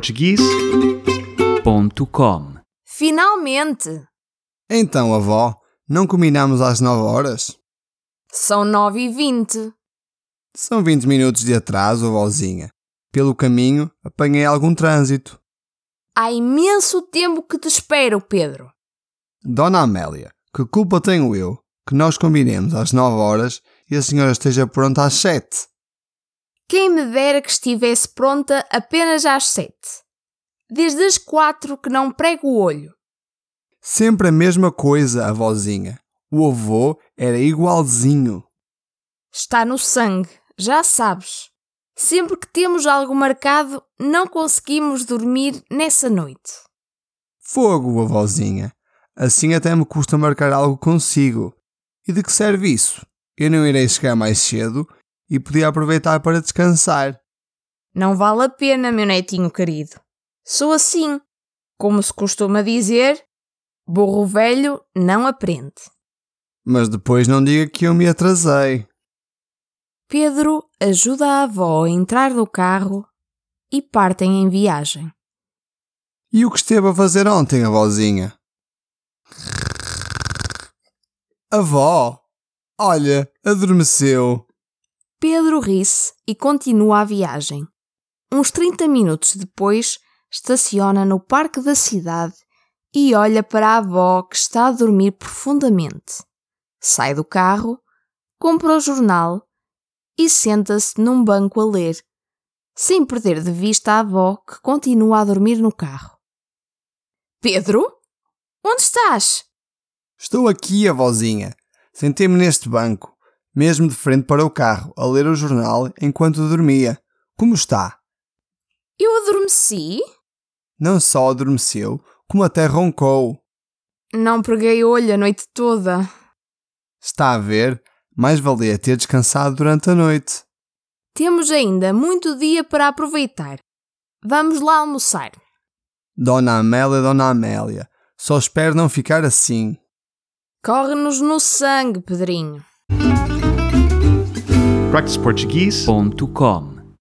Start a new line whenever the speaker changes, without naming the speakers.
practiceportuguese.com.
practiceportuguese.com
Finalmente!
Então, avó, não combinamos às 9 horas?
São nove e vinte.
São 20 minutos de atraso, avózinha. Pelo caminho, apanhei algum trânsito.
Há imenso tempo que te espero, Pedro.
Dona Amélia, que culpa tenho eu que nós combinemos às 9 horas e a senhora esteja pronta às 7?
Quem me dera que estivesse pronta apenas às sete. Desde as quatro que não prego o olho.
Sempre a mesma coisa, avózinha. O avô era igualzinho.
Está no sangue, já sabes. Sempre que temos algo marcado, não conseguimos dormir nessa noite.
Fogo, avózinha. Assim até me custa marcar algo consigo. E de que serve isso? Eu não irei chegar mais cedo e podia aproveitar para descansar.
Não vale a pena, meu netinho querido. Sou assim. Como se costuma dizer, burro velho não aprende.
Mas depois não diga que eu me atrasei.
Pedro ajuda a avó a entrar do carro e partem em viagem.
E o que esteve a fazer ontem, avózinha? Avó! Olha, adormeceu.
Pedro ri-se e continua a viagem. Uns 30 minutos depois, estaciona no parque da cidade e olha para a avó que está a dormir profundamente. Sai do carro, compra o jornal e senta-se num banco a ler, sem perder de vista a avó que continua a dormir no carro. Pedro? Onde estás?
Estou aqui, avózinha. Sentei-me neste banco, mesmo de frente para o carro, a ler o jornal enquanto dormia. Como está?
Eu adormeci?
Não só adormeceu, como até roncou.
Não preguei olho a noite toda.
Está a ver? Mais valia ter descansado durante a noite.
Temos ainda muito dia para aproveitar. Vamos lá almoçar.
Dona Amélia, Dona Amélia, só espero não ficar assim.
Corre-nos no sangue, Pedrinho.
practiceportuguese.com.
practiceportuguese.com